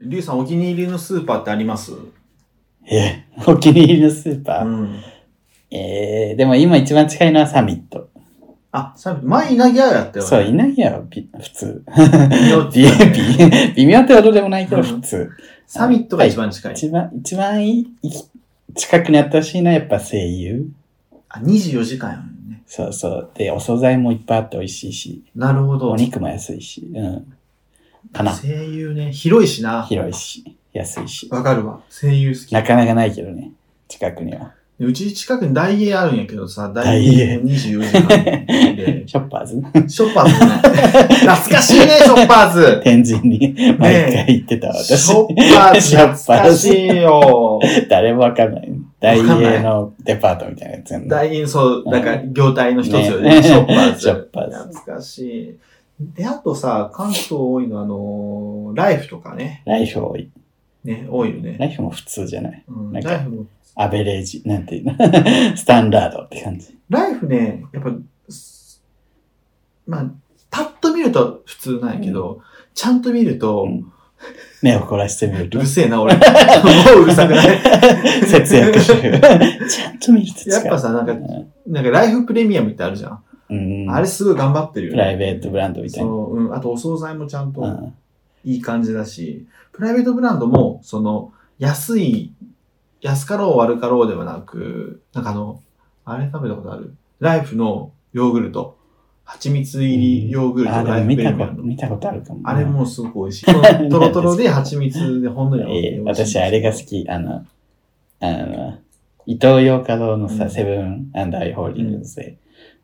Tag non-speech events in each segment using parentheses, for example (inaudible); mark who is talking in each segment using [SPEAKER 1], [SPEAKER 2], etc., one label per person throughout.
[SPEAKER 1] リュウさんお気に入りのスーパーってあります
[SPEAKER 2] え、 (laughs) お気に入りのスーパー。
[SPEAKER 1] うん。
[SPEAKER 2] えー、でも今一番近いのはサミット。
[SPEAKER 1] あ、さ前稲毛屋やったよね。
[SPEAKER 2] そう、いないやろ、び
[SPEAKER 1] (laughs)
[SPEAKER 2] 普通。
[SPEAKER 1] 微妙って
[SPEAKER 2] び
[SPEAKER 1] 言ったよね
[SPEAKER 2] び微妙ってほどでもないけ
[SPEAKER 1] う
[SPEAKER 2] ど、
[SPEAKER 1] ん
[SPEAKER 2] 普通。
[SPEAKER 1] サミットが一番近い。
[SPEAKER 2] 一番、一番いい、いき近くにあってほしいのはやっぱ声優。
[SPEAKER 1] あ、24時間やもんね。
[SPEAKER 2] そうそう。で、お惣菜もいっぱいあって美味しいし、
[SPEAKER 1] なるほど。
[SPEAKER 2] お肉も安いし、うん。かな。
[SPEAKER 1] 声優ね、広いしな。
[SPEAKER 2] 広いし、安いし。
[SPEAKER 1] わかるわ。声優好き。
[SPEAKER 2] なかなかないけどね、近くには。
[SPEAKER 1] でうち近くにダイエーあるんやけどさ、ダ
[SPEAKER 2] 大
[SPEAKER 1] イエ
[SPEAKER 2] 英
[SPEAKER 1] ーも24時間
[SPEAKER 2] (laughs)
[SPEAKER 1] で、
[SPEAKER 2] ショッパーズ
[SPEAKER 1] ショッパーズね。懐かしいね、ショッパー
[SPEAKER 2] (laughs)
[SPEAKER 1] ズ。
[SPEAKER 2] 天神に毎回行ってた私
[SPEAKER 1] シ。ョッパーズ
[SPEAKER 2] (laughs) ショッパーズ
[SPEAKER 1] 懐かしいよ。
[SPEAKER 2] 誰もわかんない。大
[SPEAKER 1] わかんない
[SPEAKER 2] 英のデパートみたいなやつやんな
[SPEAKER 1] 大銀、そう、なんか、業態の一つよ
[SPEAKER 2] ね
[SPEAKER 1] ね。ショッパーズ。
[SPEAKER 2] ショッパーズ
[SPEAKER 1] 懐かしい。で、あとさ、関東多いのはあのーライフとかね。
[SPEAKER 2] ライフ多い。
[SPEAKER 1] ね、多いよね。
[SPEAKER 2] ライフも普通じゃない。
[SPEAKER 1] うん、
[SPEAKER 2] なんか
[SPEAKER 1] ライフも。
[SPEAKER 2] アベレージ、なんていうの (laughs) スタンダードって感じ。
[SPEAKER 1] ライフね、やっぱ、すまあ、パッと見ると普通なんやけど、ちゃんと見ると、
[SPEAKER 2] うん目を凝らしてみる
[SPEAKER 1] う
[SPEAKER 2] と
[SPEAKER 1] る。せえな、俺。 (laughs) もううるさく
[SPEAKER 2] (laughs)
[SPEAKER 1] ない。
[SPEAKER 2] 節約してる。
[SPEAKER 1] (laughs)
[SPEAKER 2] ちゃんと見ると違う。
[SPEAKER 1] やっぱさ、なんか、なんかライフプレミアムってあるじゃん。
[SPEAKER 2] うん。
[SPEAKER 1] あれすごい頑張ってるよ
[SPEAKER 2] プ
[SPEAKER 1] ね。
[SPEAKER 2] ライベートブランドみたいな。
[SPEAKER 1] そう、うん。あとお惣菜もちゃんと
[SPEAKER 2] うん
[SPEAKER 1] いい感じだし、プライベートブランドも、その、安い、安かろう悪かろうではなく、なんかあの、あれ食べたことあるライフのヨーグルト。蜂蜜入りヨーグル
[SPEAKER 2] あ、
[SPEAKER 1] ト、
[SPEAKER 2] で
[SPEAKER 1] ライ
[SPEAKER 2] も
[SPEAKER 1] フ
[SPEAKER 2] 見
[SPEAKER 1] プ
[SPEAKER 2] た
[SPEAKER 1] レ
[SPEAKER 2] こ
[SPEAKER 1] ミア
[SPEAKER 2] と、
[SPEAKER 1] ムの。
[SPEAKER 2] 見たことあるかも。
[SPEAKER 1] あれもすごく美
[SPEAKER 2] (laughs)
[SPEAKER 1] 味しい。とろとろとろで蜂蜜でほんのり甘くて
[SPEAKER 2] えー
[SPEAKER 1] 美味しい
[SPEAKER 2] 私あれが好き。あの、あの、伊東洋華堂のさ、
[SPEAKER 1] うん
[SPEAKER 2] セブンアンダーホールディングスで、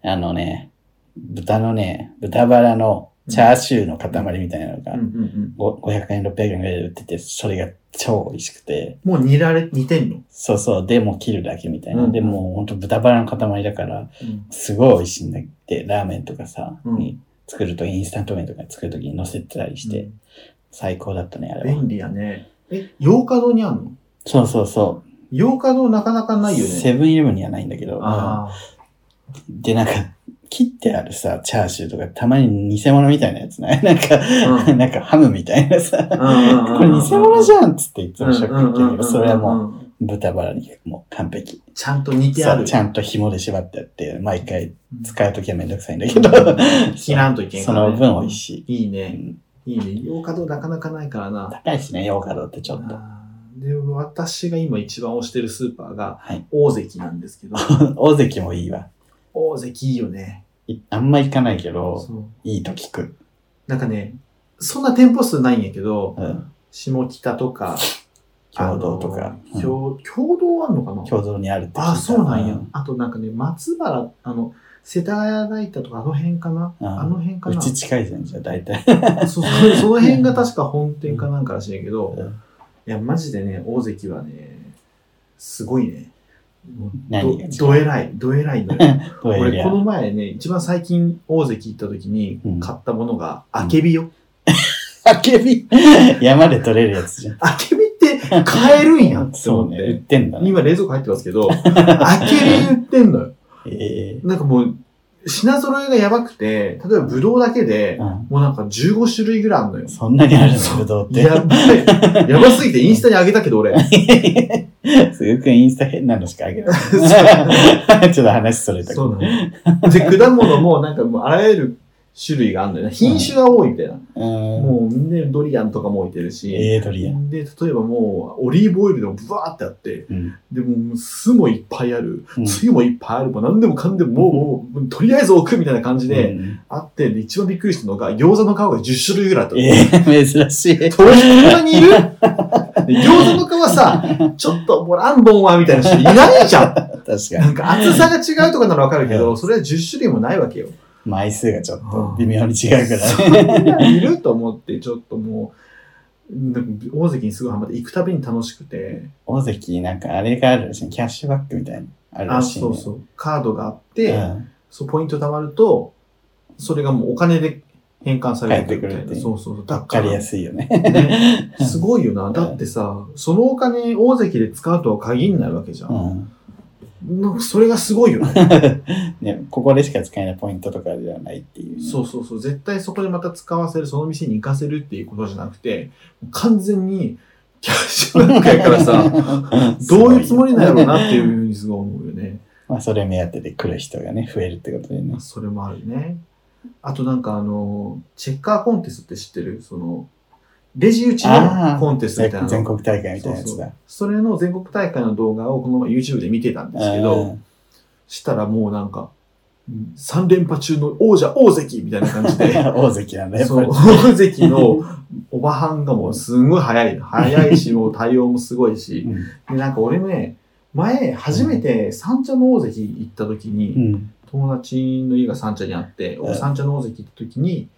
[SPEAKER 2] あのね、豚のね、豚バラのチャーシューの塊みたいなのが、
[SPEAKER 1] うんうんうん。
[SPEAKER 2] ご500円、600円ぐらいで売ってて、それが超美味しくて、
[SPEAKER 1] もう煮られ、煮てんの。
[SPEAKER 2] そうそう、でもう切るだけみたいな。
[SPEAKER 1] うん
[SPEAKER 2] でもうほんと豚バラの塊だから、
[SPEAKER 1] うん
[SPEAKER 2] すごい美味しいんだって、ラーメンとかさ、
[SPEAKER 1] うん
[SPEAKER 2] に作ると、インスタント麺とか作るときに乗せてたりして、最高だったね、あれは。
[SPEAKER 1] 便利やね。え、洋華堂にあんの
[SPEAKER 2] そうそうそう。
[SPEAKER 1] 洋華堂なかなかないよね。
[SPEAKER 2] セブンイレブンにはないんだけど、
[SPEAKER 1] あ
[SPEAKER 2] で、なんか、切ってあるさ、チャーシューとか、たまに偽物みたいなやつ (laughs) ないなんか、
[SPEAKER 1] あ。うん
[SPEAKER 2] なんかハムみたいなさ、 (laughs) これ偽物じゃんっつっていつもショック受けるけど、それはもう
[SPEAKER 1] うんうん
[SPEAKER 2] 豚バラ肉もう完璧。
[SPEAKER 1] ちゃんと似てあ
[SPEAKER 2] そう
[SPEAKER 1] る。
[SPEAKER 2] ちゃんと紐で縛ってあって、毎回使うときはめんどくさいんだけ
[SPEAKER 1] け
[SPEAKER 2] ど、
[SPEAKER 1] ど、 (laughs) 切らんといけん
[SPEAKER 2] その分美味しい。
[SPEAKER 1] い。いいうね。
[SPEAKER 2] ん
[SPEAKER 1] いいね。洋華堂なかなかないからな。
[SPEAKER 2] 高いしね、ヨーカドーってちょっと。
[SPEAKER 1] あーで、私が今一番推してるスーパーが
[SPEAKER 2] はい、 (laughs)
[SPEAKER 1] 大関なんですけど、
[SPEAKER 2] 大関もいいわ。
[SPEAKER 1] 大関いいよね。
[SPEAKER 2] いあんま行かないけど、
[SPEAKER 1] そう
[SPEAKER 2] いいと聞く。
[SPEAKER 1] なんかね、そんな店舗数ないんやけど、
[SPEAKER 2] うん。
[SPEAKER 1] 下北とか、
[SPEAKER 2] 共同とか
[SPEAKER 1] あの共共同あんのかな
[SPEAKER 2] 共同にあるって聞いた。
[SPEAKER 1] あ、そうなんや
[SPEAKER 2] う。
[SPEAKER 1] あとなんかね、松原、あの、世田谷大田とかあの辺かな
[SPEAKER 2] うん
[SPEAKER 1] あの辺か
[SPEAKER 2] う
[SPEAKER 1] な
[SPEAKER 2] ち近いじゃん、じゃあ大体。
[SPEAKER 1] そそその辺が確か本店かなんからしいけど、
[SPEAKER 2] うん
[SPEAKER 1] いや、マジでね、大関はね、すごいね。もう
[SPEAKER 2] 何が違う
[SPEAKER 1] どどえらい、どえら
[SPEAKER 2] (laughs)
[SPEAKER 1] いのよ。
[SPEAKER 2] どうやり
[SPEAKER 1] 俺、
[SPEAKER 2] ゃ
[SPEAKER 1] この前ね、一番最近大関行った時に
[SPEAKER 2] うん
[SPEAKER 1] 買ったものが、あけびよ。
[SPEAKER 2] (laughs) あけ
[SPEAKER 1] (laughs)
[SPEAKER 2] び山で取れるやつじゃん。
[SPEAKER 1] あけびって買えるんやって
[SPEAKER 2] (laughs) そう
[SPEAKER 1] 思っ。
[SPEAKER 2] ね、売っててんだね。
[SPEAKER 1] 今冷蔵庫入ってますけ
[SPEAKER 2] (laughs)
[SPEAKER 1] ど、あけび売ってんのよ。
[SPEAKER 2] ええ
[SPEAKER 1] なんかもう、品揃えがやばくて、例えばブドウだけで、
[SPEAKER 2] うん
[SPEAKER 1] もうなんか15種類ぐらいあんのよ。
[SPEAKER 2] そんなにある
[SPEAKER 1] そ
[SPEAKER 2] のぶどうって。
[SPEAKER 1] やばい。やばすぎてインスタに上げたけど俺。
[SPEAKER 2] (laughs) すぐくんインスタ変なのしかあげない。
[SPEAKER 1] そう
[SPEAKER 2] (laughs) ちょっと話それたけ
[SPEAKER 1] そ
[SPEAKER 2] ど。
[SPEAKER 1] うなの。 (laughs) で、果物もなんかもうあらゆる種類があるんだよね。品種が多いみたいな。
[SPEAKER 2] うん。
[SPEAKER 1] もうみんなドリアンとかも置いてるし。
[SPEAKER 2] ええ、鳥や。
[SPEAKER 1] で、例えばもう、オリーブオイルでもブワーってあって、
[SPEAKER 2] うん。
[SPEAKER 1] で、もう酢もいっぱいある、
[SPEAKER 2] うん
[SPEAKER 1] つゆもいっぱいある、もう何でもかんでも、もう、もう、とりあえず置くみたいな感じで、
[SPEAKER 2] うん
[SPEAKER 1] あって、で、一番びっくりしたのが、餃子の皮が10種類ぐらいあったの。
[SPEAKER 2] ええ、珍しい。
[SPEAKER 1] そんなにいるで餃子の皮さ、ちょっともうランボンはみたいな人いないじゃん。
[SPEAKER 2] 確かに。
[SPEAKER 1] なんか厚さが違うとかならわかるけど、それは10種類もないわけよ。
[SPEAKER 2] 枚数がちょっ
[SPEAKER 1] う
[SPEAKER 2] と
[SPEAKER 1] ん
[SPEAKER 2] 微妙に違うから
[SPEAKER 1] そ
[SPEAKER 2] ね。
[SPEAKER 1] んないると思って、ちょっともう、なんか大関にすごいハマって、行くたびに楽しくて、
[SPEAKER 2] 大関、なんかあれがあるらしい。キャッシュバックみたいなのある
[SPEAKER 1] あ、
[SPEAKER 2] らしいね。
[SPEAKER 1] そうそうう、カードがあって、
[SPEAKER 2] ん。
[SPEAKER 1] そうポイント貯まると、それがもうお金で返還されてくるみた
[SPEAKER 2] 返っ
[SPEAKER 1] いな。
[SPEAKER 2] てくるって
[SPEAKER 1] そうそう、だ
[SPEAKER 2] わかりや
[SPEAKER 1] い。
[SPEAKER 2] すいよね。
[SPEAKER 1] ねすごいよな。だってさ、そのお金大関で使うとは限んないわけじゃ
[SPEAKER 2] うん。
[SPEAKER 1] なんかそれがすごいよね。
[SPEAKER 2] ね、ここでしか使えないポイントとかではないっていう、
[SPEAKER 1] そうそうそう。絶対そこでまた使わせる、その店に行かせるっていうことじゃなくて、完全にキャッシュバックやから
[SPEAKER 2] (laughs)
[SPEAKER 1] さ、どういうつもりなんやろうなっていうふうにすごい思うよね。
[SPEAKER 2] まあ、それ目当てで来る人がね、増えるってことでね。
[SPEAKER 1] それもあるね。あとなんかあの、チェッカーコンテストって知ってるその、レジ打ち
[SPEAKER 2] あ
[SPEAKER 1] の
[SPEAKER 2] ー
[SPEAKER 1] コンテストみたいなの
[SPEAKER 2] 全国大会みたいなやつだ。
[SPEAKER 1] それの全国大会の動画をこのまま YouTube で見てたんですけ
[SPEAKER 2] う
[SPEAKER 1] ど、
[SPEAKER 2] ん
[SPEAKER 1] したらもうなんか、3連覇中の王者大関みたいな感じで、
[SPEAKER 2] 大関なんだ、 (laughs) やっ
[SPEAKER 1] そ
[SPEAKER 2] ぱ
[SPEAKER 1] う
[SPEAKER 2] り。
[SPEAKER 1] 大関のおばはんがもうすんごい早い。早いし、もう対応もすごいし。
[SPEAKER 2] うん
[SPEAKER 1] で、なんか俺もね、前、初めて三茶の大関行った時に、
[SPEAKER 2] うん。
[SPEAKER 1] 友達の家が三茶にあって、
[SPEAKER 2] うん
[SPEAKER 1] 三茶の大関行った時に、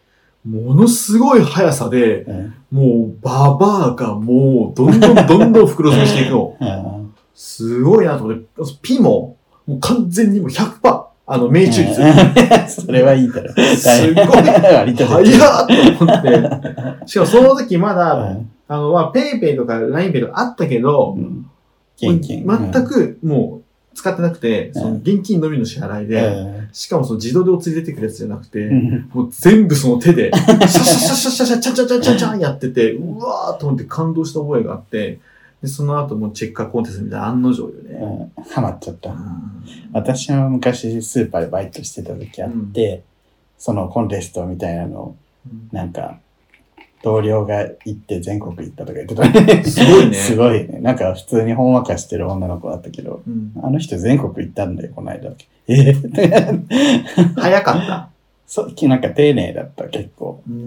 [SPEAKER 1] ものすごい速さで、
[SPEAKER 2] うん。
[SPEAKER 1] もう、ババアがもう、どんどんどんどん袋詰めしていくの。
[SPEAKER 2] うん
[SPEAKER 1] すごいなと思って、ピも、もう完全にもう100%、あの、命中率。
[SPEAKER 2] うんそれはいいだろ。
[SPEAKER 1] すごい
[SPEAKER 2] 割と
[SPEAKER 1] 早っと思って。しかもその時まだ、
[SPEAKER 2] うん
[SPEAKER 1] あの、まあ、ペイペイとかラインペイとかあったけど、
[SPEAKER 2] うん元気。
[SPEAKER 1] 全くもう使ってなくて、その
[SPEAKER 2] うん
[SPEAKER 1] 現金のみの支払い
[SPEAKER 2] う
[SPEAKER 1] で、
[SPEAKER 2] ん。
[SPEAKER 1] しかもその自動でお釣り出てくるやつじゃなくて、
[SPEAKER 2] うん
[SPEAKER 1] もう全部その手で、シャシャシャシャシャシャ、チャチャチャチャチャやってて、うわーと思って感動した覚えがあって、で、その後もうチェッカーコンテストみたいな案の定よ
[SPEAKER 2] う
[SPEAKER 1] ね。
[SPEAKER 2] んハマっちゃった
[SPEAKER 1] う。ん
[SPEAKER 2] 私は昔スーパーでバイトしてた時あって、そのコンテストみたいなのを、なんか、同僚が行って全国行ったとか言ってたね。
[SPEAKER 1] すごいね。
[SPEAKER 2] すごいね。なんか普通にほんわかしてる女の子だったけど、
[SPEAKER 1] うん
[SPEAKER 2] あの人全国行ったんだよ、この間。ええ (laughs)
[SPEAKER 1] 早かった。
[SPEAKER 2] そう、なんか丁寧だった、結構。
[SPEAKER 1] うーん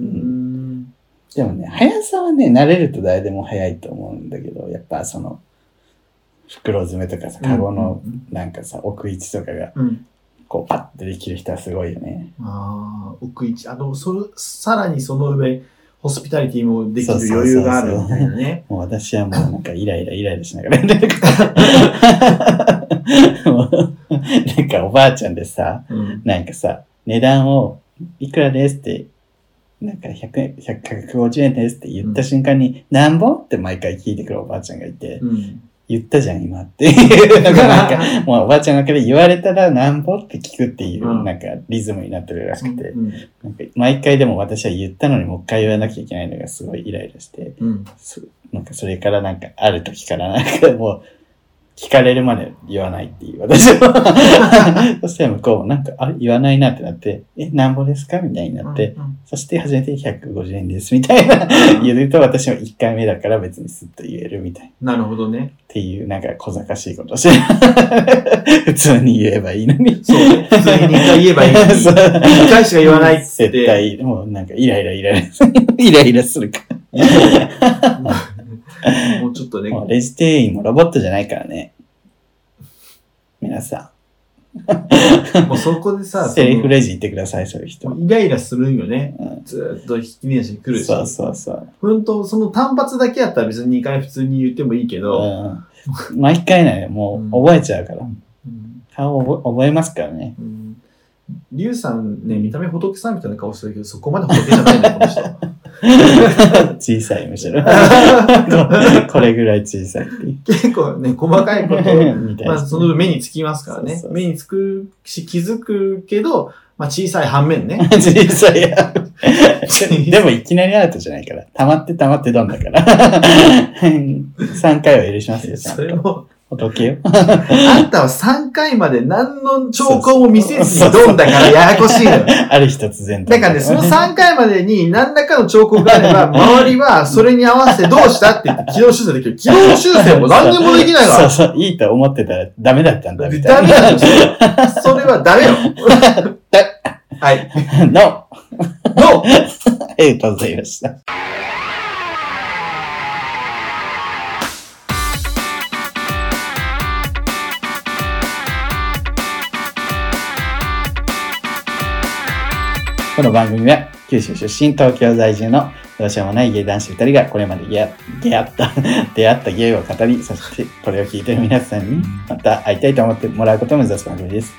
[SPEAKER 2] んでもね、速さはね、慣れると誰でも速いと思うんだけど、やっぱその、袋詰めとかさ、カゴの
[SPEAKER 1] うん
[SPEAKER 2] なんかさ、奥位置とかが、
[SPEAKER 1] うん
[SPEAKER 2] こう、パッてできる人はすごいよね。
[SPEAKER 1] ああ、奥一、あの、それ、さらにその上、ホスピタリティもできる
[SPEAKER 2] そうそうそう
[SPEAKER 1] 余裕があるみたいなね。
[SPEAKER 2] もう私はもうなんかイライライライラしながら (laughs) やってるもうなんかおばあちゃんでさ、
[SPEAKER 1] うん
[SPEAKER 2] なんかさ、値段をいくらですって、なんか100円、150円ですって言った瞬間に、なんぼって毎回聞いてくるおばあちゃんがいて、
[SPEAKER 1] うん。
[SPEAKER 2] 言ったじゃん、今っていうのがな
[SPEAKER 1] (laughs)
[SPEAKER 2] んか、もうおばあちゃんの中で言われたらなんぼって聞くっていうう、
[SPEAKER 1] ん
[SPEAKER 2] なんかリズムになってるらしくて、
[SPEAKER 1] うん
[SPEAKER 2] なんか毎回でも私は言ったのにもう一回言わなきゃいけないのがすごいイライラして、
[SPEAKER 1] うん。
[SPEAKER 2] そなんかそれからなんかある時からなんかもう聞かれるまで言わないっていう私はそしたら向こうも (laughs) なんかあれ言わないなってなってえなんぼですかみたいになって、
[SPEAKER 1] うん、
[SPEAKER 2] そして初めて150円ですみたいな言うと私も1回目だから別にスッと言えるみたいなっ
[SPEAKER 1] なるほどね。
[SPEAKER 2] ていうなんか小賢しいことをして (laughs) 普通に言えばいいのに
[SPEAKER 1] そうね。普通に2回言えばいいのに。
[SPEAKER 2] (laughs) そう
[SPEAKER 1] 2回しか言わないっつって。
[SPEAKER 2] 絶対もうなんかイライライライライライラするか
[SPEAKER 1] (laughs) もうちょっとね
[SPEAKER 2] ら。もうレジ店員もロボットじゃないからね皆さん
[SPEAKER 1] もうそこでさ、
[SPEAKER 2] セリフ
[SPEAKER 1] で。
[SPEAKER 2] レジ行ってください、そういう人。
[SPEAKER 1] イライラするんよね
[SPEAKER 2] うん。
[SPEAKER 1] ずーっと引き出しに来るし。
[SPEAKER 2] そうそうそう。
[SPEAKER 1] 本当その単発だけやったら別に2回普通に言ってもいいけど、
[SPEAKER 2] うん、毎回ね、もう覚えちゃうから。
[SPEAKER 1] うん
[SPEAKER 2] 顔を覚え覚えますから
[SPEAKER 1] (laughs)
[SPEAKER 2] ね。
[SPEAKER 1] うんリュウさんね、見た目仏さんみたいな顔してるけど、そこまで仏じゃないね、この
[SPEAKER 2] (laughs)
[SPEAKER 1] 人。
[SPEAKER 2] 小さい、
[SPEAKER 1] (laughs)
[SPEAKER 2] むしろ。これぐらい小さいっていう。
[SPEAKER 1] 結構ね、細かいこ
[SPEAKER 2] (laughs)
[SPEAKER 1] と、
[SPEAKER 2] みたい
[SPEAKER 1] まあ
[SPEAKER 2] な。
[SPEAKER 1] その分目につきますからね。
[SPEAKER 2] そうそうそう
[SPEAKER 1] 目につくし、気づくけど、まあ小さい反面ね。
[SPEAKER 2] (laughs) 小さいや。
[SPEAKER 1] (laughs)
[SPEAKER 2] (laughs) でもいきなりアウトじゃないから。溜まって溜まってどんだから。3回は許しますよ、ちゃん
[SPEAKER 1] それ
[SPEAKER 2] と。
[SPEAKER 1] も、
[SPEAKER 2] お時計を。
[SPEAKER 1] あんたは3回まで何の兆候も見せずにどんだからややこしいの
[SPEAKER 2] (laughs)
[SPEAKER 1] よ。
[SPEAKER 2] ある日突然
[SPEAKER 1] だからね、その3回までに何らかの兆候があれば、周りはそれに合わせてどうしたって言って軌道修正できる。軌道修正も何にもできないから。
[SPEAKER 2] そうそう、いいと思ってたらダメだったんだ、
[SPEAKER 1] ダメ
[SPEAKER 2] みたいな。
[SPEAKER 1] だよ、それはそれはダメ
[SPEAKER 2] (laughs)
[SPEAKER 1] よ。はい。
[SPEAKER 2] の、
[SPEAKER 1] どう
[SPEAKER 2] (laughs) ありがとうございました。この番組は九州出身東京在住のどうしようもない芸男子2人がこれまで出会出会った (laughs) 出会った芸を語りそしてこれを聞いている皆さんにまた会いたいと思ってもらうことを目指す番組です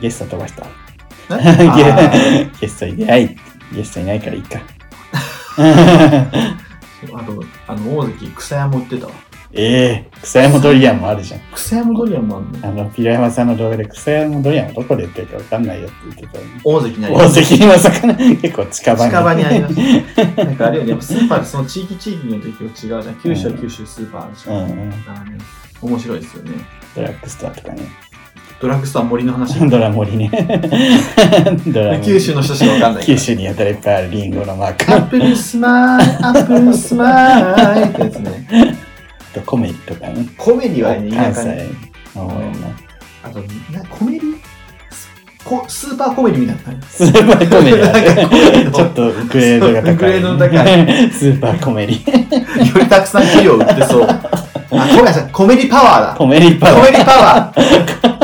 [SPEAKER 2] ゲスト飛ばした (laughs)
[SPEAKER 1] あ
[SPEAKER 2] ゲストいない。ゲストいないからいいか。 (laughs)
[SPEAKER 1] あと、あの、大関、草屋も売ってたわ。
[SPEAKER 2] ええ草山ドリアンもあるじゃん。
[SPEAKER 1] 草山ドリアンもあんの
[SPEAKER 2] あの、平山さんの動画で草山ドリアンをどこで売ってるかわかんないよって言ってたのに。
[SPEAKER 1] 大関にありま
[SPEAKER 2] 大
[SPEAKER 1] す。
[SPEAKER 2] 関にまさかの (laughs) 結構近場に。
[SPEAKER 1] 近場にあります。 (laughs) なんかあれよね、やっぱスーパーでその地域地域によって結構違うじゃん。九州は九州スーパーあるじ
[SPEAKER 2] (laughs) う
[SPEAKER 1] ゃん。
[SPEAKER 2] んうん。
[SPEAKER 1] だからね、面白いですよね。
[SPEAKER 2] ドラッグストアとかね。
[SPEAKER 1] (laughs) ドラッグストア森の話。
[SPEAKER 2] ドラ森ね。 (laughs) ドラ森
[SPEAKER 1] 九州の人しかわかんないから
[SPEAKER 2] 九州にやたらいっぱいあるリンゴのマー
[SPEAKER 1] ア
[SPEAKER 2] ク
[SPEAKER 1] ップルスマイル、アップルスマイルってやつね。
[SPEAKER 2] とコメリとかね。
[SPEAKER 1] コメディはね、田
[SPEAKER 2] 関
[SPEAKER 1] 舎に。
[SPEAKER 2] 西の方やな。
[SPEAKER 1] あと、なコメディスこスーパーコメディみたいな感じ。
[SPEAKER 2] スーパーコメディあ
[SPEAKER 1] なんかコメディ
[SPEAKER 2] る
[SPEAKER 1] の
[SPEAKER 2] ちょっとグレードが高い。
[SPEAKER 1] グレードの高
[SPEAKER 2] スーパーコメディ。
[SPEAKER 1] (laughs) よりたくさん企業売ってそう。あ、ごめんなさい、コメディパワーだ。
[SPEAKER 2] コメディパ
[SPEAKER 1] コ
[SPEAKER 2] ワ
[SPEAKER 1] メ
[SPEAKER 2] ー
[SPEAKER 1] ディパワー。